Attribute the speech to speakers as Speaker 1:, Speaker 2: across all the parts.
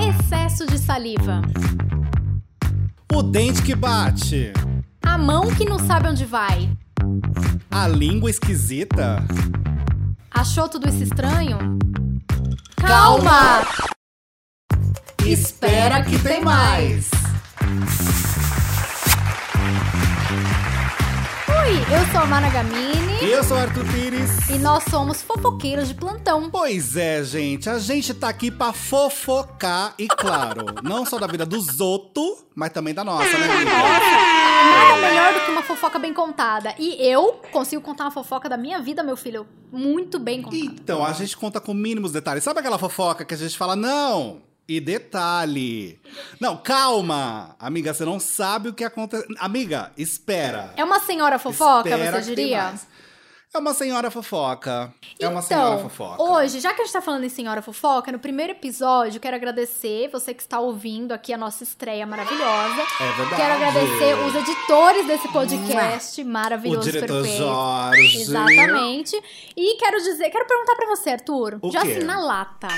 Speaker 1: Excesso de saliva.
Speaker 2: O dente que bate.
Speaker 1: A mão que não sabe onde vai.
Speaker 2: A língua esquisita.
Speaker 1: Achou tudo isso estranho?
Speaker 2: Calma!
Speaker 1: Calma!
Speaker 2: Espera que tem mais.
Speaker 1: Oi, eu sou a Mara Gamini
Speaker 2: Eu sou o Arthur Pires.
Speaker 1: e nós somos fofoqueiros de plantão.
Speaker 2: Pois é, gente, a gente tá aqui pra fofocar e, claro, não só da vida dos outros, mas também da nossa, né, amiga?
Speaker 1: Nada melhor do que uma fofoca bem contada. E eu consigo contar uma fofoca da minha vida, meu filho, muito bem contada.
Speaker 2: Então, a gente conta com mínimos detalhes. Sabe aquela fofoca que a gente fala, não? E detalhe. Não, calma! Amiga, você não sabe o que aconteceu. Amiga, espera.
Speaker 1: É uma senhora fofoca,
Speaker 2: Espera
Speaker 1: você
Speaker 2: que tem
Speaker 1: diria?
Speaker 2: mais. É uma senhora fofoca. é uma
Speaker 1: então,
Speaker 2: senhora fofoca.
Speaker 1: Hoje, já que a gente tá falando em Senhora Fofoca, no primeiro episódio, quero agradecer você que está ouvindo aqui a nossa estreia maravilhosa.
Speaker 2: É verdade.
Speaker 1: Quero agradecer os editores desse podcast
Speaker 2: O
Speaker 1: maravilhoso,
Speaker 2: diretor
Speaker 1: perfeito.
Speaker 2: Jorge.
Speaker 1: Exatamente. E quero dizer, quero perguntar pra você, Arthur,
Speaker 2: O
Speaker 1: já
Speaker 2: quê? Ah.
Speaker 1: assim na lata,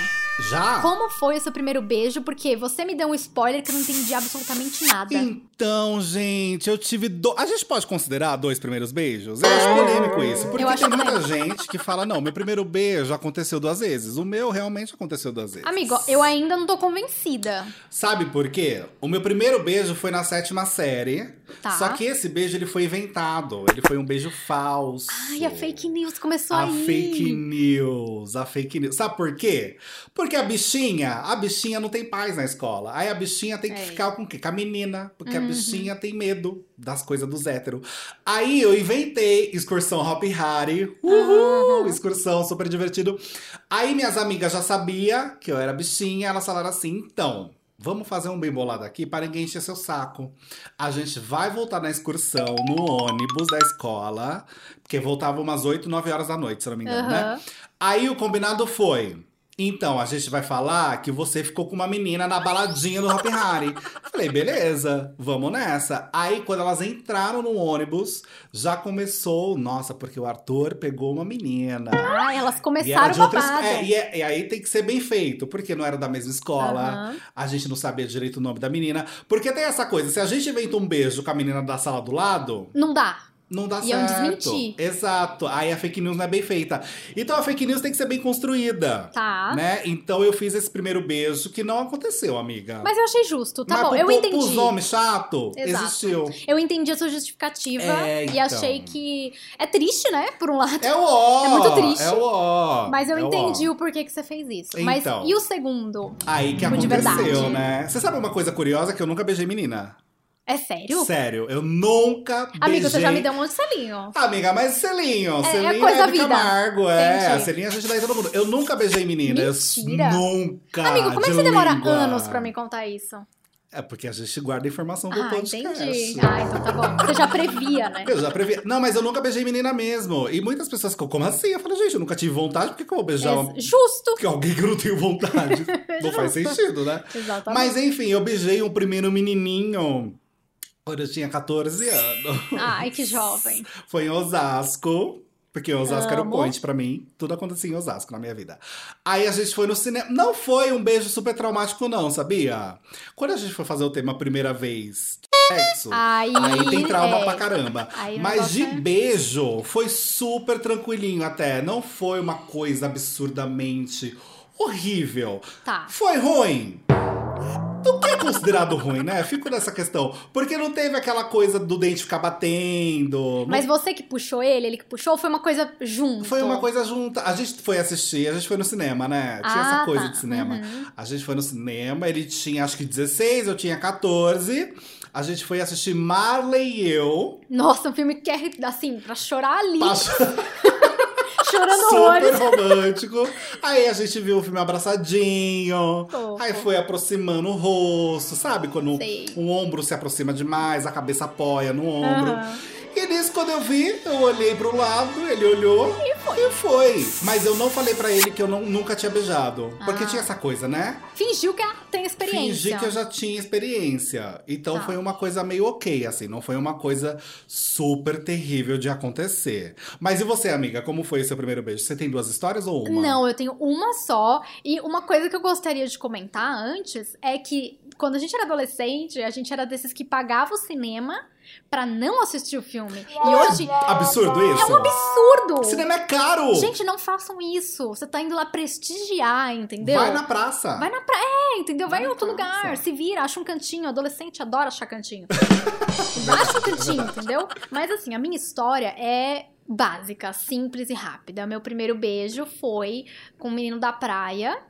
Speaker 2: Já?
Speaker 1: como foi o seu primeiro beijo? Porque você me deu um spoiler que eu não entendi absolutamente nada.
Speaker 2: Então, gente, eu tive do... A gente pode considerar dois primeiros beijos? Eu acho polêmico isso,
Speaker 1: Hum.
Speaker 2: porque
Speaker 1: Eu acho
Speaker 2: tem muita gente que fala, não, meu primeiro beijo aconteceu duas vezes. O meu realmente aconteceu duas vezes.
Speaker 1: Amigo, eu ainda não tô convencida.
Speaker 2: Sabe por quê? O meu primeiro beijo foi na sétima série.
Speaker 1: Tá.
Speaker 2: Só que esse beijo, ele foi inventado. Ele foi um beijo falso.
Speaker 1: Ai, a fake news começou
Speaker 2: A
Speaker 1: aí.
Speaker 2: fake news, a fake news. Sabe por quê? Porque a bichinha, a bichinha não tem paz na escola. Aí a bichinha tem que
Speaker 1: É.
Speaker 2: ficar com o quê? Com a menina. Porque a
Speaker 1: Uhum.
Speaker 2: bichinha tem medo das coisas dos héteros. Aí eu inventei excursão Hop Harry. Uhul! Excursão, super divertido. Aí minhas amigas já sabiam que eu era bichinha. Elas falaram assim, então... Vamos fazer um bem bolado aqui para ninguém encher seu saco. A gente vai voltar na excursão, no ônibus da escola, porque voltava umas 8, 9 horas da noite, se eu não me engano, né?
Speaker 1: Aham.
Speaker 2: Aí o combinado foi. Então, a gente vai falar que você ficou com uma menina na baladinha do Happy Harry. Falei, beleza, vamos nessa. Aí, quando elas entraram no ônibus, já começou. Nossa, porque o Arthur pegou uma menina.
Speaker 1: Ah, elas
Speaker 2: E era
Speaker 1: começaram
Speaker 2: de outra es-
Speaker 1: babado.
Speaker 2: é, e, é- e aí tem que ser bem feito, porque não era da mesma escola.
Speaker 1: Aham.
Speaker 2: A gente não sabia direito o nome da menina. Porque tem essa coisa: se a gente inventa um beijo com a menina da sala do lado,
Speaker 1: Não dá.
Speaker 2: não dá
Speaker 1: Iam
Speaker 2: certo.
Speaker 1: é um desmentir.
Speaker 2: Exato. Aí a fake news não é bem feita. Então a fake news tem que ser bem construída.
Speaker 1: Tá.
Speaker 2: Né? Então eu fiz esse primeiro beijo que não aconteceu, amiga.
Speaker 1: Mas eu achei justo, tá
Speaker 2: Mas
Speaker 1: bom,
Speaker 2: pro-
Speaker 1: eu
Speaker 2: pro-
Speaker 1: entendi.
Speaker 2: Pros homens chato,
Speaker 1: Exato.
Speaker 2: existiu.
Speaker 1: Eu entendi a sua justificativa
Speaker 2: É,
Speaker 1: e
Speaker 2: então.
Speaker 1: achei que. É triste, né? Por um lado.
Speaker 2: É o ó.
Speaker 1: É muito triste.
Speaker 2: É o ó.
Speaker 1: Mas eu
Speaker 2: é o ó.
Speaker 1: entendi o porquê que você fez isso. Mas
Speaker 2: Então.
Speaker 1: e o segundo?
Speaker 2: Aí que
Speaker 1: tipo de
Speaker 2: aconteceu,
Speaker 1: verdade.
Speaker 2: né? Você sabe uma coisa curiosa que eu nunca beijei menina?
Speaker 1: É sério?
Speaker 2: Sério, eu nunca beijei.
Speaker 1: Amigo, você já me deu um monte de selinho.
Speaker 2: Amiga, mas selinho,
Speaker 1: É- é
Speaker 2: selinho é,
Speaker 1: coisa da
Speaker 2: do
Speaker 1: vida.
Speaker 2: Camargo, é.
Speaker 1: Entendi.
Speaker 2: Selinho a gente dá em todo mundo. Eu nunca beijei menina,
Speaker 1: Mentira.
Speaker 2: eu nunca.
Speaker 1: Amigo, como é
Speaker 2: Ah, de
Speaker 1: que você demora
Speaker 2: língua.
Speaker 1: anos pra me contar isso?
Speaker 2: É porque a gente guarda informação do
Speaker 1: ah,
Speaker 2: podcast.
Speaker 1: entendi. Ah, então tá bom. Você já previa, né?
Speaker 2: Eu já previ. Não, mas eu nunca beijei menina mesmo. E muitas pessoas ficam, como assim? Eu falei, gente, eu nunca tive vontade, por que, que eu vou beijar uma...
Speaker 1: É justo.
Speaker 2: que alguém que eu não tenho vontade? não faz sentido, né?
Speaker 1: Exatamente.
Speaker 2: Mas enfim, eu beijei um primeiro menininho quando eu tinha 14 anos.
Speaker 1: Ai, que jovem.
Speaker 2: Foi em Osasco. Porque Osasco era o
Speaker 1: Amo.
Speaker 2: point pra mim. Tudo acontecia em Osasco na minha vida. Aí a gente foi no cinema. Não foi um beijo super traumático, não, sabia? Quando a gente foi fazer o tema primeira vez, sexo.
Speaker 1: Aí,
Speaker 2: Aí tem trauma
Speaker 1: Ah, é.
Speaker 2: pra caramba.
Speaker 1: Aí o
Speaker 2: Mas de
Speaker 1: negócio é-
Speaker 2: beijo, foi super tranquilinho até. Não foi uma coisa absurdamente horrível.
Speaker 1: Tá.
Speaker 2: Foi ruim. O que é considerado ruim, né? Fico nessa questão. Porque não teve aquela coisa do dente ficar batendo. não
Speaker 1: Mas você que puxou ele, ele que puxou, foi uma coisa junto.
Speaker 2: foi uma coisa junta. A gente foi assistir, a gente foi no cinema, né? Tinha
Speaker 1: Ah,
Speaker 2: essa coisa
Speaker 1: tá.
Speaker 2: de cinema.
Speaker 1: Uhum.
Speaker 2: A gente foi no cinema, ele tinha acho que 16, eu tinha 14. A gente foi assistir Marley e eu.
Speaker 1: Nossa, um filme que é assim, pra chorar ali,
Speaker 2: Passou
Speaker 1: chorando
Speaker 2: super
Speaker 1: horrores.
Speaker 2: romântico. Aí a gente viu o filme abraçadinho.
Speaker 1: Fofo.
Speaker 2: Aí foi aproximando o rosto, sabe? Quando
Speaker 1: Sei.
Speaker 2: um ombro se aproxima demais, a cabeça apoia no ombro.
Speaker 1: Aham.
Speaker 2: E nisso, quando eu vi, eu olhei pro lado, ele olhou. E
Speaker 1: foi.
Speaker 2: E foi. Mas eu não falei pra ele que eu não- nunca tinha beijado. Porque
Speaker 1: Ah.
Speaker 2: tinha essa coisa, né?
Speaker 1: Fingiu que ela tem experiência.
Speaker 2: Fingi que eu já tinha experiência. Então
Speaker 1: Tá.
Speaker 2: foi uma coisa meio ok, assim. Não foi uma coisa super terrível de acontecer. Mas e você, amiga? Como foi o seu primeiro beijo? Você tem duas histórias ou uma?
Speaker 1: Não, eu tenho uma só. E uma coisa que eu gostaria de comentar antes é que quando a gente era adolescente, a gente era desses que pagava o cinema pra não assistir o filme. E hoje
Speaker 2: Absurdo isso?
Speaker 1: é um absurdo!
Speaker 2: Cinema é caro!
Speaker 1: Gente, não façam isso. Você tá indo lá prestigiar, entendeu?
Speaker 2: Vai na praça.
Speaker 1: Vai na praia, é, entendeu? Vai, em
Speaker 2: Tá. Vai na
Speaker 1: outro
Speaker 2: praça.
Speaker 1: lugar, se vira, acha um cantinho. Adolescente adora achar cantinho. acha um cantinho, entendeu? Mas assim, a minha história é básica, simples e rápida. Meu primeiro beijo foi com um menino da praia.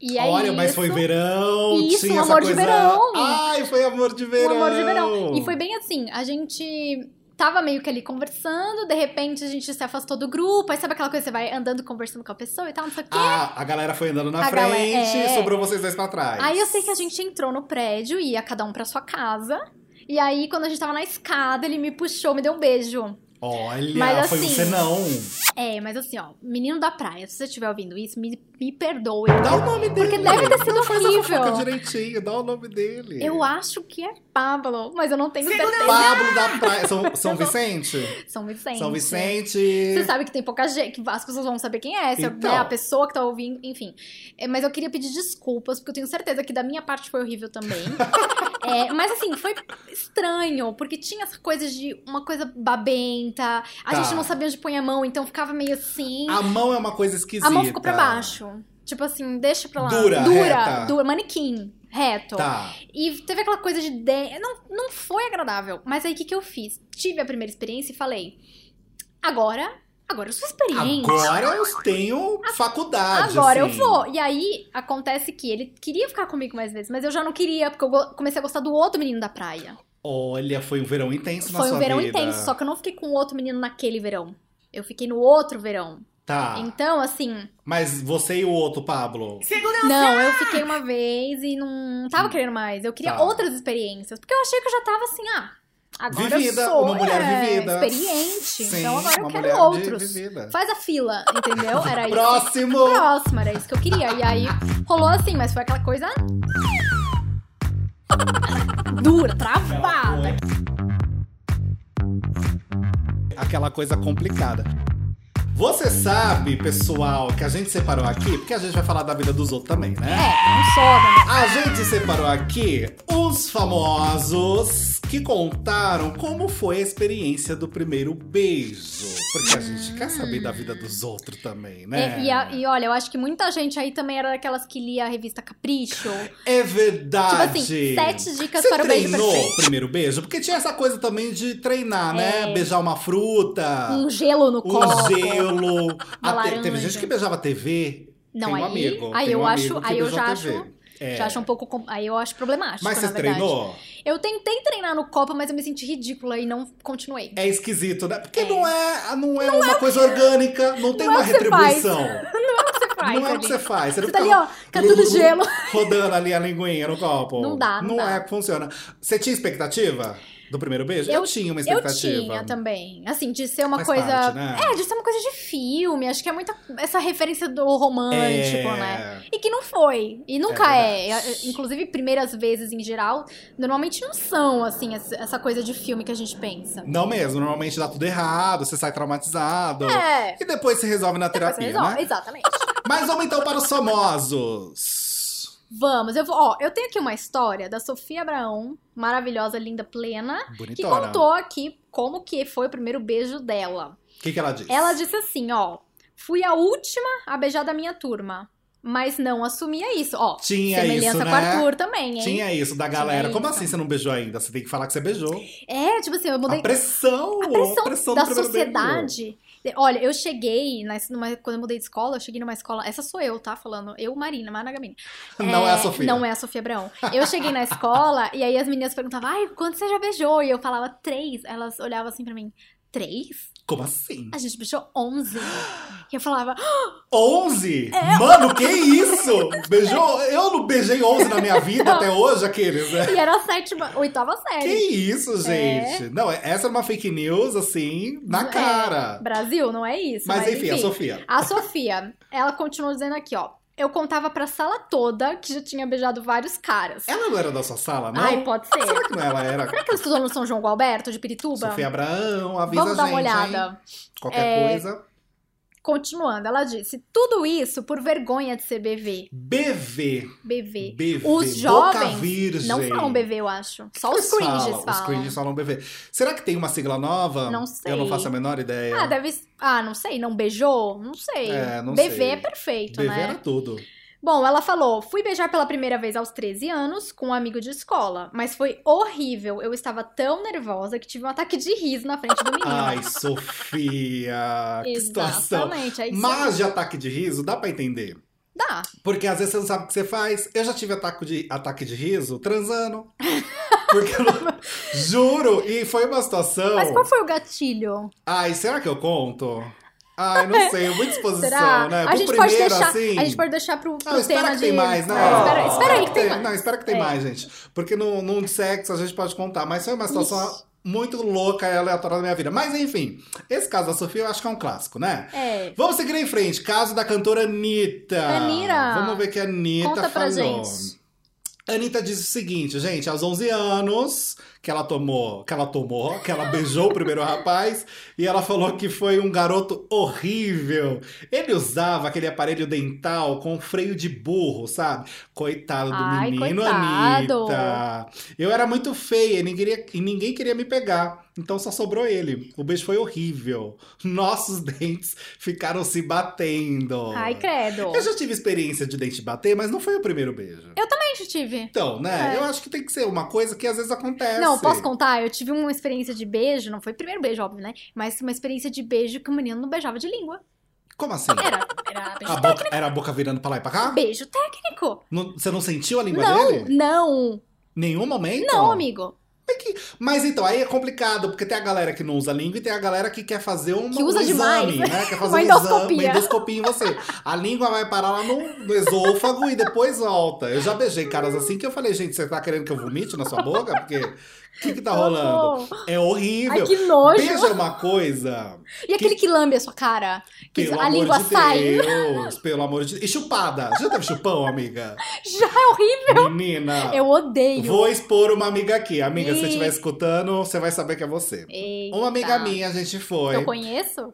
Speaker 1: E é
Speaker 2: Olha, mas
Speaker 1: isso.
Speaker 2: foi verão.
Speaker 1: Isso,
Speaker 2: tinha
Speaker 1: um
Speaker 2: essa
Speaker 1: amor de
Speaker 2: coisa...
Speaker 1: verão.
Speaker 2: Ai, foi amor de
Speaker 1: Um
Speaker 2: verão.
Speaker 1: amor de verão. E foi bem assim, a gente tava meio que ali conversando, de repente a gente se afastou do grupo, aí sabe aquela coisa, você vai andando conversando com a pessoa e tal, não sei o quê.
Speaker 2: Ah, a galera foi andando na
Speaker 1: A galera-
Speaker 2: frente
Speaker 1: é.
Speaker 2: sobrou vocês dois pra trás.
Speaker 1: Aí eu sei que a gente entrou no prédio e ia cada um pra sua casa. E aí, quando a gente tava na escada, ele me puxou, me deu um beijo.
Speaker 2: Olha,
Speaker 1: Mas
Speaker 2: foi um
Speaker 1: assim-
Speaker 2: senão.
Speaker 1: É, mas assim, ó, menino da praia, se você estiver ouvindo isso, me, me perdoe.
Speaker 2: Dá o nome dele.
Speaker 1: Porque deve ter sido
Speaker 2: Não faz a fofoca
Speaker 1: horrível.
Speaker 2: direitinho, dá o nome dele.
Speaker 1: Eu acho que é Pablo, mas eu não tenho certeza.
Speaker 2: Pablo da Praia. São, São Vicente?
Speaker 1: São Vicente.
Speaker 2: São
Speaker 1: Você
Speaker 2: Vicente.
Speaker 1: sabe que tem pouca gente, que as pessoas vão saber quem é, se é
Speaker 2: Então.
Speaker 1: né, a pessoa que tá ouvindo, enfim. É, mas eu queria pedir desculpas, porque eu tenho certeza que da minha parte foi horrível também. É, mas assim, foi estranho, porque tinha essa coisa de uma coisa babenta, a
Speaker 2: Tá.
Speaker 1: gente não sabia onde pôr a mão, então ficava meio assim.
Speaker 2: A mão é uma coisa esquisita.
Speaker 1: A mão ficou pra baixo. Tipo assim, deixa pra lá.
Speaker 2: Dura,
Speaker 1: dura,
Speaker 2: reta.
Speaker 1: dura, manequim, reto.
Speaker 2: Tá.
Speaker 1: E teve aquela coisa de. de- Não, não foi agradável. Mas aí o que, que eu fiz? Tive a primeira experiência e falei: agora, agora eu sou experiente.
Speaker 2: Agora eu tenho faculdade.
Speaker 1: Agora
Speaker 2: assim.
Speaker 1: eu vou. E aí acontece que ele queria ficar comigo mais vezes, mas eu já não queria, porque eu go- comecei a gostar do outro menino da praia.
Speaker 2: Olha, foi um verão intenso na
Speaker 1: foi
Speaker 2: sua
Speaker 1: um verão
Speaker 2: vida.
Speaker 1: intenso, só que eu não fiquei com o outro menino naquele verão. Eu fiquei no outro verão.
Speaker 2: Tá.
Speaker 1: Então, assim,
Speaker 2: Mas você e o outro, Pablo?
Speaker 1: não, eu fiquei uma vez e não tava querendo mais. Eu queria
Speaker 2: ah. Hum. Tá.
Speaker 1: outras experiências, porque eu achei que eu já tava assim, ah, agora
Speaker 2: Vivida,
Speaker 1: eu sou
Speaker 2: uma mulher
Speaker 1: é,
Speaker 2: vivida.
Speaker 1: experiente, então agora eu
Speaker 2: uma
Speaker 1: quero
Speaker 2: mulher de-
Speaker 1: outros.
Speaker 2: vivida.
Speaker 1: Faz a fila, entendeu? Era isso.
Speaker 2: Próximo!
Speaker 1: Próximo, era isso que eu queria. E aí rolou assim, mas foi aquela coisa dura, travada.
Speaker 2: Aquela coisa complicada. Você sabe, pessoal, que a gente separou aqui, porque a gente vai falar da vida dos outros também,
Speaker 1: É,
Speaker 2: né?
Speaker 1: não soda, né?
Speaker 2: A gente separou aqui os famosos que contaram como foi a experiência do primeiro beijo. Porque a gente quer saber da vida dos outros também, né?
Speaker 1: É, e, a- e olha, eu acho que muita gente aí também era daquelas que lia a revista Capricho.
Speaker 2: É verdade.
Speaker 1: Tipo assim, sete dicas
Speaker 2: Você
Speaker 1: para o beijo
Speaker 2: treinou
Speaker 1: perfeito.
Speaker 2: o primeiro beijo? Porque tinha essa coisa também de treinar, né?
Speaker 1: É.
Speaker 2: Beijar uma fruta,
Speaker 1: Um gelo no
Speaker 2: um
Speaker 1: copo.
Speaker 2: gelo.
Speaker 1: uma
Speaker 2: A te- Teve
Speaker 1: laranja.
Speaker 2: gente que beijava a TV.
Speaker 1: Não,
Speaker 2: Tem um
Speaker 1: aí,
Speaker 2: amigo,
Speaker 1: aí
Speaker 2: tem
Speaker 1: eu
Speaker 2: um
Speaker 1: acho,
Speaker 2: amigo que
Speaker 1: aí eu
Speaker 2: beijou
Speaker 1: já
Speaker 2: a
Speaker 1: acho,
Speaker 2: TV. É.
Speaker 1: já acho um pouco, com- aí eu acho problemático,
Speaker 2: Mas
Speaker 1: na
Speaker 2: você
Speaker 1: verdade.
Speaker 2: treinou?
Speaker 1: Eu tentei treinar no copo, mas eu me senti ridícula e não continuei.
Speaker 2: É esquisito, né? Porque
Speaker 1: É.
Speaker 2: não é, não é uma coisa orgânica, não tem
Speaker 1: Não é
Speaker 2: uma
Speaker 1: o que você faz.
Speaker 2: retribuição.
Speaker 1: Você faz
Speaker 2: Não é o
Speaker 1: ali.
Speaker 2: que você faz. Você, não
Speaker 1: Você tá ali,
Speaker 2: fica
Speaker 1: ó, com tudo gelo.
Speaker 2: rodando ali a linguinha no copo.
Speaker 1: Não dá, não dá.
Speaker 2: é que funciona. Você tinha expectativa do primeiro beijo?
Speaker 1: Eu-
Speaker 2: tinha uma
Speaker 1: Eu
Speaker 2: expectativa.
Speaker 1: tinha também. Assim, de ser uma
Speaker 2: Faz
Speaker 1: coisa.
Speaker 2: parte, né?
Speaker 1: É, de ser uma coisa de filme. Acho que é muita essa referência do romântico,
Speaker 2: É.
Speaker 1: né? E que não foi. E nunca
Speaker 2: É
Speaker 1: é. É, Inclusive, primeiras vezes em geral, normalmente não são, assim, essa essa coisa de filme que a gente pensa.
Speaker 2: Não mesmo, normalmente dá tudo errado, você sai traumatizado.
Speaker 1: É.
Speaker 2: E depois se resolve na
Speaker 1: Depois você
Speaker 2: terapia,
Speaker 1: resolve.
Speaker 2: né?
Speaker 1: Exatamente.
Speaker 2: Mas vamos então para os famosos.
Speaker 1: Vamos, eu vou. Ó, eu tenho aqui uma história da Sofia Abraão, maravilhosa, linda, plena, que
Speaker 2: Bonitona.
Speaker 1: contou aqui como que foi o primeiro beijo dela.
Speaker 2: O que, que ela disse?
Speaker 1: Ela disse assim, ó, fui a última a beijar da minha turma, mas não assumia isso. Ó,
Speaker 2: Tinha
Speaker 1: semelhança
Speaker 2: isso,
Speaker 1: com o
Speaker 2: né?
Speaker 1: Arthur também, hein?
Speaker 2: Tinha isso da galera.
Speaker 1: Tinha
Speaker 2: Como
Speaker 1: isso.
Speaker 2: assim você não beijou ainda? Você tem que falar que você beijou.
Speaker 1: É, tipo assim, eu mudei
Speaker 2: A pressão,
Speaker 1: a pressão,
Speaker 2: pressão do
Speaker 1: da
Speaker 2: primeiro beijo.
Speaker 1: sociedade. Olha, eu cheguei, na- numa- quando eu mudei de escola, eu cheguei numa escola, essa sou eu, tá? Falando, eu, Marina, Maragamini.
Speaker 2: Não é a Sofia.
Speaker 1: Não é a Sofia Abraão. Eu cheguei na escola e aí as meninas perguntavam, ai, quanto você já beijou? E eu falava três, elas olhavam assim pra mim, três?
Speaker 2: Como assim?
Speaker 1: A gente beijou 11. E eu falava, "Ah,
Speaker 2: 11?
Speaker 1: É.
Speaker 2: Mano, que isso? Beijou? Eu não beijei 11 na minha vida até hoje, aqueles, né?
Speaker 1: "Ah, e era a sétima, oitava
Speaker 2: Que
Speaker 1: série.
Speaker 2: isso, gente? Não, essa é uma fake news, assim, na
Speaker 1: É,
Speaker 2: cara.
Speaker 1: Brasil, não é isso.
Speaker 2: Mas enfim, a Sofia.
Speaker 1: A Sofia, ela continua dizendo aqui, ó. Eu contava pra sala toda que já tinha beijado vários caras.
Speaker 2: Ela não era da sua sala, É, não?
Speaker 1: Ai, pode ser.
Speaker 2: Será que não ela era?
Speaker 1: Será que ela estudou no São João Gualberto, de Pirituba?
Speaker 2: Sofia Abraão, avisa
Speaker 1: Vamos
Speaker 2: a
Speaker 1: dar
Speaker 2: gente.
Speaker 1: uma
Speaker 2: hein?
Speaker 1: olhada.
Speaker 2: Qualquer
Speaker 1: É.
Speaker 2: coisa.
Speaker 1: Continuando, ela disse: tudo isso por vergonha de ser BV.
Speaker 2: BV.
Speaker 1: BV.
Speaker 2: BV.
Speaker 1: Os
Speaker 2: Boca
Speaker 1: jovens
Speaker 2: virgem.
Speaker 1: Não falam BV, eu acho. Só os
Speaker 2: Eles
Speaker 1: cringes falam.
Speaker 2: Os cringes falam BV. Será que tem uma sigla nova?
Speaker 1: Não sei.
Speaker 2: Eu não faço a menor ideia.
Speaker 1: Ah, deve. Ah, não sei, não beijou? Não sei.
Speaker 2: É, não
Speaker 1: BV
Speaker 2: sei.
Speaker 1: é perfeito,
Speaker 2: BV
Speaker 1: né?
Speaker 2: era tudo.
Speaker 1: Bom, ela falou: fui beijar pela primeira vez aos 13 anos com um amigo de escola, mas foi horrível. Eu estava tão nervosa que tive um ataque de riso na frente do menino.
Speaker 2: Ai, Sofia, que situação.
Speaker 1: Exatamente, é isso.
Speaker 2: Mas de ataque de riso, dá pra entender.
Speaker 1: Dá.
Speaker 2: Porque às vezes você não sabe o que você faz. Eu já tive ataque de, ataque de riso transando. Porque eu não- juro, e foi uma situação.
Speaker 1: Mas qual foi o gatilho?
Speaker 2: Ai, será que eu conto? Ai, não sei, muita exposição,
Speaker 1: Será?
Speaker 2: né?
Speaker 1: a,
Speaker 2: Pro
Speaker 1: gente pode
Speaker 2: primeiro,
Speaker 1: deixar,
Speaker 2: assim.
Speaker 1: a gente pode deixar pro, pro
Speaker 2: Não, espera
Speaker 1: tema
Speaker 2: que
Speaker 1: de.
Speaker 2: tem mais, não.
Speaker 1: É, espera, espera aí que tem
Speaker 2: Tem-
Speaker 1: mais.
Speaker 2: Não, espera que tem
Speaker 1: É.
Speaker 2: mais, gente. Porque no, no de sexo a gente pode contar, mas foi uma situação
Speaker 1: Ixi.
Speaker 2: muito louca e aleatória da minha vida. Mas enfim, esse caso da Sofia eu acho que é um clássico, né?
Speaker 1: É.
Speaker 2: Vamos seguir em frente. Caso da cantora Anitta.
Speaker 1: Anira.
Speaker 2: Vamos ver o que a Anitta
Speaker 1: Conta pra
Speaker 2: falou.
Speaker 1: gente.
Speaker 2: Anitta disse o seguinte, gente, aos 11 anos que ela tomou, que ela tomou, que ela beijou o primeiro rapaz e ela falou que foi um garoto horrível. Ele usava aquele aparelho dental com freio de burro, sabe? Coitado do
Speaker 1: Ai,
Speaker 2: menino,
Speaker 1: coitado.
Speaker 2: Anitta. Eu era muito feia e ninguém, queria, e ninguém queria me pegar, então só sobrou ele. O beijo foi horrível. Nossos dentes ficaram se batendo.
Speaker 1: Ai, credo.
Speaker 2: Eu já tive experiência de dente bater, mas não foi o primeiro beijo.
Speaker 1: Também já tive.
Speaker 2: Então, né?
Speaker 1: É.
Speaker 2: Eu acho que tem que ser uma coisa que às vezes acontece.
Speaker 1: Não, posso contar? Eu tive uma experiência de beijo, não foi o primeiro beijo, óbvio, né? Mas uma experiência de beijo que o menino não beijava de língua.
Speaker 2: Como assim?
Speaker 1: Era, era beijo
Speaker 2: A boca, era a boca virando pra lá e pra cá?
Speaker 1: Beijo técnico.
Speaker 2: Não- você não sentiu a língua
Speaker 1: Não,
Speaker 2: dele?
Speaker 1: não.
Speaker 2: Nenhum momento?
Speaker 1: Não, amigo.
Speaker 2: Mas então, aí é complicado, porque tem a galera que não usa a língua e tem a galera que quer fazer um,
Speaker 1: Que usa
Speaker 2: um exame,
Speaker 1: demais.
Speaker 2: né? Quer fazer
Speaker 1: Uma
Speaker 2: um
Speaker 1: endoscopia.
Speaker 2: exame, uma endoscopia em você. A língua vai parar lá no, no esôfago e depois volta. Eu já beijei caras assim que eu falei, gente, você tá querendo que eu vomite na sua boca? Porque o que que tá rolando? É
Speaker 1: Ai,
Speaker 2: horrível.
Speaker 1: que nojo.
Speaker 2: Beijo é uma coisa...
Speaker 1: E aquele que lambe a sua cara? Que
Speaker 2: Pelo
Speaker 1: a
Speaker 2: amor
Speaker 1: língua
Speaker 2: de
Speaker 1: sai.
Speaker 2: Deus, pelo amor de Deus. E chupada. Você já teve chupão, amiga?
Speaker 1: Já é horrível.
Speaker 2: Menina.
Speaker 1: Eu odeio.
Speaker 2: Tá. Vou expor uma amiga aqui. Amiga, se você
Speaker 1: Ih.
Speaker 2: estiver escutando, você vai saber que é você.
Speaker 1: Eita.
Speaker 2: Uma amiga minha, a gente foi.
Speaker 1: Eu conheço?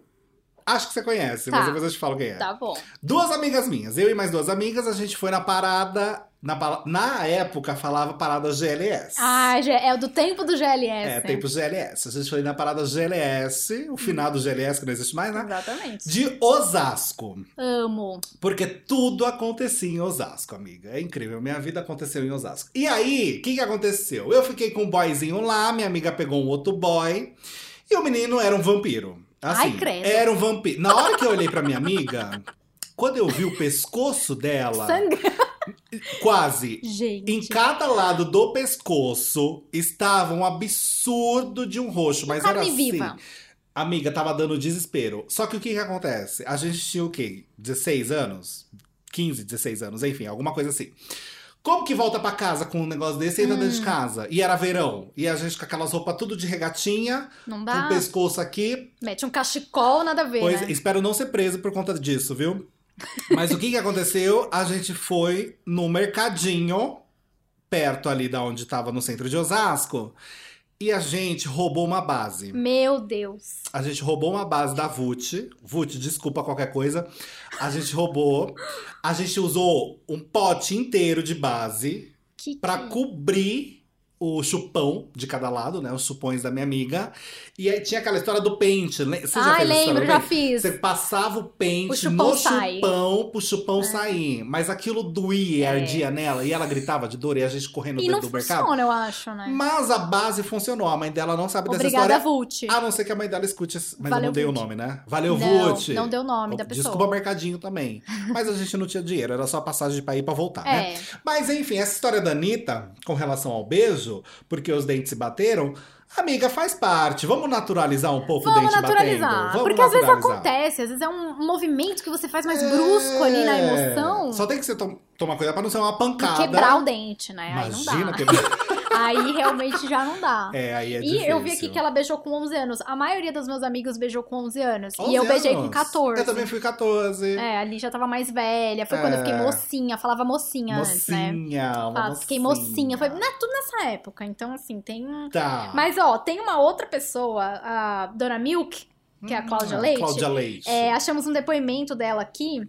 Speaker 2: Acho que você conhece,
Speaker 1: Tá.
Speaker 2: mas depois eu te falo quem é.
Speaker 1: Tá bom.
Speaker 2: Duas amigas minhas, eu e mais duas amigas, a gente foi na parada. Na, pala- na época falava parada GLS.
Speaker 1: Ah, já- é do tempo do GLS.
Speaker 2: É, tempo GLS. A gente foi na parada GLS, o
Speaker 1: Uhum.
Speaker 2: finado GLS, que não existe mais, né?
Speaker 1: Exatamente.
Speaker 2: De Osasco.
Speaker 1: Amo.
Speaker 2: Porque tudo acontecia em Osasco, amiga. É incrível. Minha vida aconteceu em Osasco. E aí, o que, que aconteceu? Eu fiquei com um boyzinho lá, minha amiga pegou um outro boy. E o menino era um vampiro. Assim,
Speaker 1: Ai, credo.
Speaker 2: Era um vampiro. Na hora que eu olhei pra minha amiga, quando eu vi o pescoço dela,
Speaker 1: Sangue.
Speaker 2: quase.
Speaker 1: Gente.
Speaker 2: Em cada lado do pescoço estava um absurdo de um roxo, mas era
Speaker 1: Carne
Speaker 2: assim.
Speaker 1: Tá viva.
Speaker 2: Amiga, tava dando desespero. Só que o que que acontece? A gente tinha o quê? 16 anos? 15, 16 anos, enfim, alguma coisa assim. Como que volta pra casa com um negócio desse e ainda dentro de casa? E era verão. E a gente com aquelas roupas tudo de regatinha,
Speaker 1: Não
Speaker 2: com
Speaker 1: dá.
Speaker 2: o pescoço aqui.
Speaker 1: Mete um cachecol, nada a ver,
Speaker 2: Pois,
Speaker 1: né?
Speaker 2: espero não ser preso por conta disso, viu? Mas o que que aconteceu? A gente foi no mercadinho, perto ali da onde tava no centro de Osasco. E a gente roubou uma base.
Speaker 1: Meu Deus.
Speaker 2: A gente roubou uma base da VUT. VUT, desculpa qualquer coisa. A gente roubou. A gente usou um pote inteiro de base
Speaker 1: Que
Speaker 2: pra
Speaker 1: que...
Speaker 2: cobrir o chupão de cada lado, né? Os chupões da minha amiga. E aí tinha aquela história do pente. le- Você já
Speaker 1: Ai,
Speaker 2: fez essa história
Speaker 1: lembro,
Speaker 2: do
Speaker 1: já
Speaker 2: pente?
Speaker 1: fiz.
Speaker 2: Você passava o pente
Speaker 1: O chupão
Speaker 2: no
Speaker 1: sai.
Speaker 2: chupão pro chupão sair. Mas aquilo doía,
Speaker 1: É.
Speaker 2: ardia nela. E ela gritava de dor e a gente correndo
Speaker 1: E
Speaker 2: dentro
Speaker 1: não
Speaker 2: do mercado.
Speaker 1: funciona, eu acho, né?
Speaker 2: Mas a base funcionou. A mãe dela não sabe dessa história é
Speaker 1: Obrigada, Vult.
Speaker 2: a não ser que a mãe dela escute, esse- mas eu
Speaker 1: Valeu,
Speaker 2: não dei o
Speaker 1: Vult.
Speaker 2: nome, né? Valeu,
Speaker 1: não,
Speaker 2: Vult!
Speaker 1: não deu o nome da pessoa.
Speaker 2: Desculpa, mercadinho também. Mas a gente não tinha dinheiro, era só passagem pra ir e pra voltar, né?
Speaker 1: é,
Speaker 2: Mas enfim, essa história da Anitta com relação ao beijo beijo porque os dentes se bateram, amiga, faz parte. Vamos naturalizar um pouco o
Speaker 1: Vamos
Speaker 2: dente
Speaker 1: naturalizar.
Speaker 2: batendo. Vamos
Speaker 1: porque às vezes
Speaker 2: naturalizar.
Speaker 1: acontece, às vezes é um movimento que você faz mais
Speaker 2: É.
Speaker 1: brusco ali na emoção.
Speaker 2: Só tem que você tom- tomar cuidado pra não ser uma
Speaker 1: e
Speaker 2: pancada.
Speaker 1: quebrar o dente, né? aí não
Speaker 2: Imagina
Speaker 1: dá.
Speaker 2: quebrar.
Speaker 1: Aí realmente já não dá.
Speaker 2: É, aí é
Speaker 1: e
Speaker 2: difícil.
Speaker 1: eu vi aqui que ela beijou com 11 anos. A maioria dos meus amigos beijou com 11 anos.
Speaker 2: 11
Speaker 1: e eu beijei com
Speaker 2: anos.
Speaker 1: 14.
Speaker 2: Eu também fui 14.
Speaker 1: É, ali já tava mais velha. Foi quando eu fiquei
Speaker 2: É.
Speaker 1: mocinha. Falava mocinha, antes, né?
Speaker 2: Mocinha, uma
Speaker 1: Ah, fiquei mocinha. Foi né, tudo nessa época. Então, assim, tem. um-
Speaker 2: Tá.
Speaker 1: Mas, ó, tem uma outra pessoa, a Dona Milk, que é a Cláudia
Speaker 2: Hum,
Speaker 1: Leite.
Speaker 2: Cláudia Leite.
Speaker 1: É, achamos um depoimento dela aqui.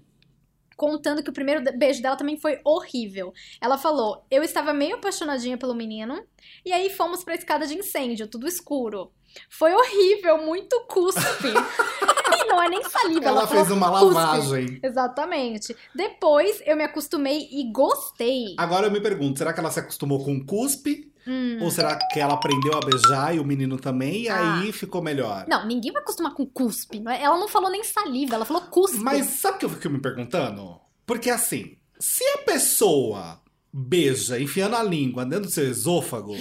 Speaker 1: Contando que o primeiro de- beijo dela também foi horrível. Ela falou: Eu estava meio apaixonadinha pelo menino, e aí fomos pra escada de incêndio, tudo escuro. Foi horrível, muito cuspe. e não é nem saliva, ela,
Speaker 2: Ela fez
Speaker 1: falou
Speaker 2: uma
Speaker 1: cuspe.
Speaker 2: lavagem.
Speaker 1: Exatamente. Depois eu me acostumei e gostei.
Speaker 2: Agora eu me pergunto, será que ela se acostumou com cuspe?
Speaker 1: Hum.
Speaker 2: Ou será que ela aprendeu a beijar e o menino também? E
Speaker 1: Ah.
Speaker 2: aí ficou melhor?
Speaker 1: Não, ninguém vai acostumar com cuspe. não é? Ela não falou nem saliva, ela falou cuspe.
Speaker 2: Mas sabe o que eu fico me perguntando? Porque assim, se a pessoa beija enfiando a língua dentro do seu esôfago,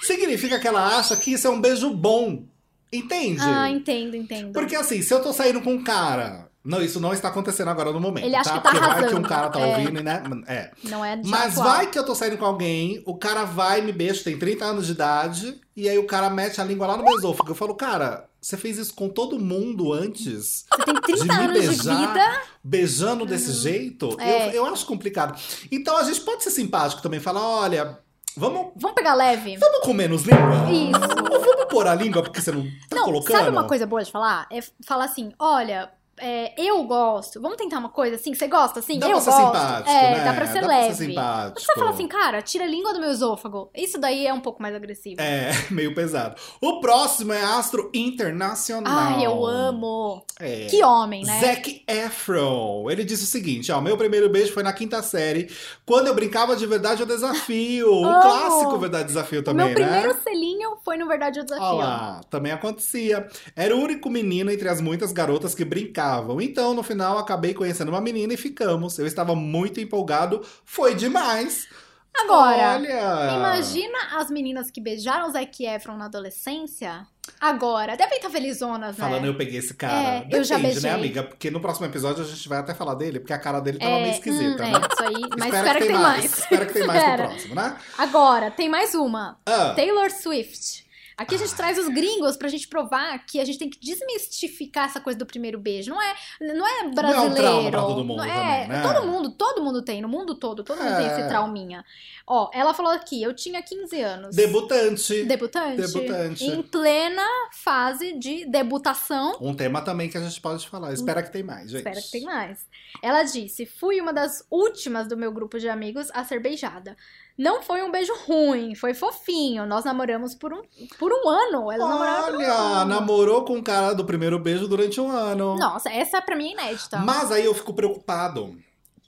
Speaker 2: significa que ela acha que isso é um beijo bom. Entende?
Speaker 1: Ah, entendo, entendo.
Speaker 2: Porque assim, se eu tô saindo com um cara. Não, isso não está acontecendo agora no momento.
Speaker 1: Ele acha que tá
Speaker 2: Porque vai que um
Speaker 1: arrasando.
Speaker 2: cara tá
Speaker 1: É.
Speaker 2: ouvindo, né? É.
Speaker 1: Não é de
Speaker 2: Mas
Speaker 1: atual.
Speaker 2: vai que eu tô saindo com alguém, o cara vai, me beija, tem 30 anos de idade, e aí o cara mete a língua lá no meu esôfago. Eu falo, cara, você fez isso com todo mundo antes?
Speaker 1: Você tem 30
Speaker 2: de me
Speaker 1: anos
Speaker 2: beijar,
Speaker 1: de vida.
Speaker 2: beijando desse jeito,
Speaker 1: É.
Speaker 2: eu, eu acho complicado. Então a gente pode ser simpático também, falar, olha, vamos,
Speaker 1: Vamos pegar leve?
Speaker 2: vamos com menos língua?
Speaker 1: Isso.
Speaker 2: Ou vamos pôr a língua porque você não tá
Speaker 1: não,
Speaker 2: colocando?
Speaker 1: sabe uma coisa boa de falar? É falar assim, olha, é, eu gosto. Vamos tentar uma coisa assim? Você gosta assim?
Speaker 2: Dá
Speaker 1: eu
Speaker 2: pra ser
Speaker 1: gosto.
Speaker 2: simpático,
Speaker 1: é,
Speaker 2: né?
Speaker 1: dá pra ser
Speaker 2: Dá
Speaker 1: leve.
Speaker 2: pra ser simpático.
Speaker 1: Você fala assim, cara, tira a língua do meu esôfago. Isso daí é um pouco mais agressivo.
Speaker 2: É, meio pesado. O próximo é Astro Internacional.
Speaker 1: Ai, eu amo.
Speaker 2: É.
Speaker 1: Que homem, né?
Speaker 2: Zac Efron. Ele disse o seguinte: ó, meu primeiro beijo foi na quinta série. Quando eu brincava de verdade, o desafio. o
Speaker 1: Amo.
Speaker 2: clássico verdade desafio também,
Speaker 1: meu
Speaker 2: né?
Speaker 1: primeiro selinho foi, no verdade, o desafio.
Speaker 2: Olha lá, também acontecia. Era o único menino entre as muitas garotas que brincavam. Então, no final, acabei conhecendo uma menina e ficamos. Eu estava muito empolgado. Foi demais.
Speaker 1: Agora,
Speaker 2: Olha.
Speaker 1: imagina as meninas que beijaram Zac Efron na adolescência. Agora, devem estar felizonas, né?
Speaker 2: Falando, eu peguei esse cara.
Speaker 1: É,
Speaker 2: Depende,
Speaker 1: eu já beijei.
Speaker 2: né, amiga? Porque no próximo episódio a gente vai até falar dele, porque a cara dele tava
Speaker 1: É,
Speaker 2: meio esquisita,
Speaker 1: hum,
Speaker 2: né?
Speaker 1: é, isso aí. Mas espera que tem mais.
Speaker 2: Espero que tem mais
Speaker 1: Espera.
Speaker 2: no próximo, né?
Speaker 1: Agora, tem mais uma.
Speaker 2: Ah,
Speaker 1: Taylor Swift. Aqui a gente
Speaker 2: Ah.
Speaker 1: traz os gringos pra gente provar que a gente tem que desmistificar essa coisa do primeiro beijo. Não é, não é brasileiro.
Speaker 2: um trauma pra todo mundo
Speaker 1: Não é,
Speaker 2: também, né?
Speaker 1: todo mundo, todo mundo tem, no mundo todo, todo mundo tem
Speaker 2: É.
Speaker 1: esse trauminha. Ó, ela falou aqui, eu tinha 15 anos.
Speaker 2: debutante.
Speaker 1: Debutante.
Speaker 2: Debutante.
Speaker 1: Em plena fase de debutação.
Speaker 2: Um tema também que a gente pode falar. Espera que tem mais, gente.
Speaker 1: Espera que tem mais. Ela disse: fui uma das últimas do meu grupo de amigos a ser beijada. Não foi um beijo ruim, foi fofinho. Nós namoramos por um, por um ano. Elas namoraram. por um
Speaker 2: Olha,
Speaker 1: ano.
Speaker 2: namorou com o cara do primeiro beijo durante um ano.
Speaker 1: Nossa, essa pra mim é inédita.
Speaker 2: Mas aí eu fico preocupado.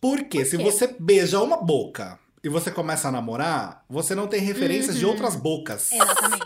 Speaker 2: Porque se
Speaker 1: quê?
Speaker 2: você beija uma boca e você começa a namorar, você não tem referências de
Speaker 1: Uhum.
Speaker 2: outras bocas.
Speaker 1: Exatamente.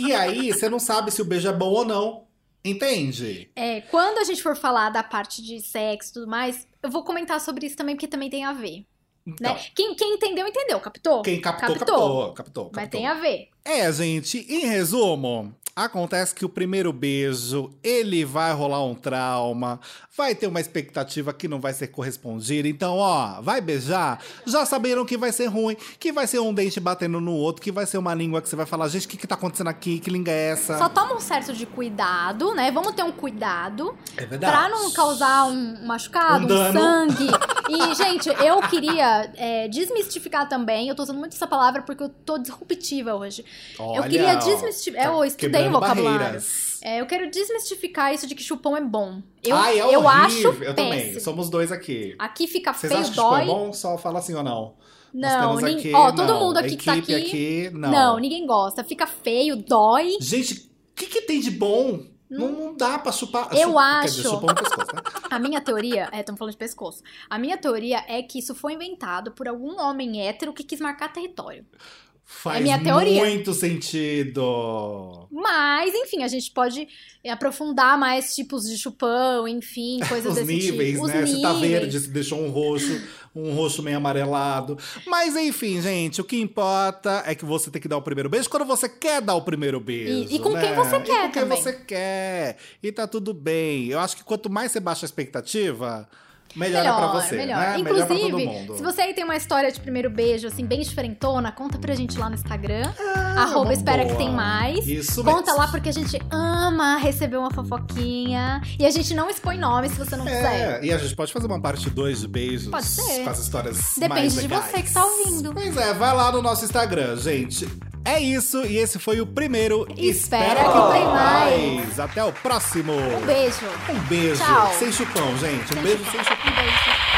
Speaker 2: E aí você não sabe se o beijo é bom ou não. Entende?
Speaker 1: É, quando a gente for falar da parte de sexo e tudo mais, eu vou comentar sobre isso também, porque também tem a ver.
Speaker 2: Então,
Speaker 1: né? Quem, quem entendeu, entendeu, captou?
Speaker 2: quem captou,
Speaker 1: Captou.
Speaker 2: captou, captou,
Speaker 1: Mas
Speaker 2: captou.
Speaker 1: tem a ver.
Speaker 2: É, gente, em resumo, acontece que o primeiro beijo, ele vai rolar um trauma, vai ter uma expectativa que não vai ser correspondida. Então, ó, vai beijar, já saberam que vai ser ruim, que vai ser um dente batendo no outro, que vai ser uma língua que você vai falar, gente, o que que tá acontecendo aqui? Que língua é essa?
Speaker 1: Só toma um certo de cuidado, né? Vamos ter um cuidado.
Speaker 2: É verdade.
Speaker 1: Pra não causar um machucado,
Speaker 2: Um
Speaker 1: um,
Speaker 2: dano.
Speaker 1: sangue. E, gente, eu queria é, desmistificar também. Eu tô usando muito essa palavra porque eu tô disruptiva hoje. eu
Speaker 2: Olha,
Speaker 1: queria
Speaker 2: ó,
Speaker 1: desmistificar. É,
Speaker 2: tá
Speaker 1: eu estudei
Speaker 2: quebrando
Speaker 1: vocabulário.
Speaker 2: barreiras.
Speaker 1: É, eu quero desmistificar isso de que chupão é bom. Eu,
Speaker 2: Ai, é
Speaker 1: eu
Speaker 2: horrível.
Speaker 1: acho
Speaker 2: Eu
Speaker 1: péssimo.
Speaker 2: também, somos dois aqui.
Speaker 1: Aqui fica
Speaker 2: Vocês
Speaker 1: feio,
Speaker 2: acham que tipo, é
Speaker 1: dói.
Speaker 2: bom? Só fala assim ou não. Nós
Speaker 1: não,
Speaker 2: temos
Speaker 1: nin-
Speaker 2: aqui,
Speaker 1: ó, todo
Speaker 2: não.
Speaker 1: mundo aqui que tá
Speaker 2: Equipe
Speaker 1: aqui.
Speaker 2: aqui, não.
Speaker 1: não, ninguém gosta. Fica feio, dói.
Speaker 2: Gente, o que, que tem de bom? Não, não dá pra
Speaker 1: Hum.
Speaker 2: chupar.
Speaker 1: Eu
Speaker 2: chupa-
Speaker 1: acho.
Speaker 2: Quer dizer, chupar no pescoço, né?
Speaker 1: A minha teoria, é, estamos falando de pescoço. A minha teoria é que isso foi inventado por algum homem hétero que quis marcar território.
Speaker 2: Faz
Speaker 1: minha teoria.
Speaker 2: muito sentido.
Speaker 1: Mas, enfim, a gente pode eh, aprofundar mais tipos de chupão, enfim, coisas
Speaker 2: Os
Speaker 1: desse
Speaker 2: níveis,
Speaker 1: tipo.
Speaker 2: né? Se tá verde, se deixou um roxo, um roxo meio amarelado. Mas enfim, gente, o que importa é que você tem que dar o primeiro beijo quando você quer dar o primeiro beijo.
Speaker 1: e com
Speaker 2: né?
Speaker 1: quem você quer
Speaker 2: E com quem
Speaker 1: também.
Speaker 2: você quer. E tá tudo bem. Eu acho que quanto mais você baixa a expectativa, melhor, é pra você.
Speaker 1: melhor.
Speaker 2: Né? melhor pra
Speaker 1: Inclusive,
Speaker 2: todo mundo.
Speaker 1: se você aí tem uma história de primeiro beijo, assim, bem diferentona, conta pra gente lá no Instagram.
Speaker 2: Ah,
Speaker 1: arroba
Speaker 2: uma
Speaker 1: espera que
Speaker 2: boa.
Speaker 1: tem mais.
Speaker 2: Isso
Speaker 1: Conta
Speaker 2: mesmo.
Speaker 1: lá porque a gente ama receber uma fofoquinha. E a gente não expõe nome se você não quiser.
Speaker 2: É, e a gente pode fazer uma parte 2 de beijos
Speaker 1: Pode ser.
Speaker 2: com as histórias
Speaker 1: Depende
Speaker 2: mais
Speaker 1: de
Speaker 2: legais.
Speaker 1: você que tá ouvindo.
Speaker 2: Pois é, vai lá no nosso Instagram, gente. É isso, e esse foi o primeiro
Speaker 1: Espera que tem mais.
Speaker 2: Até o próximo.
Speaker 1: Um beijo.
Speaker 2: Um beijo.
Speaker 1: Tchau.
Speaker 2: Sem chupão, gente. Um
Speaker 1: Sem
Speaker 2: beijo
Speaker 1: chupão.
Speaker 2: sem chupão. É
Speaker 1: Um beijo.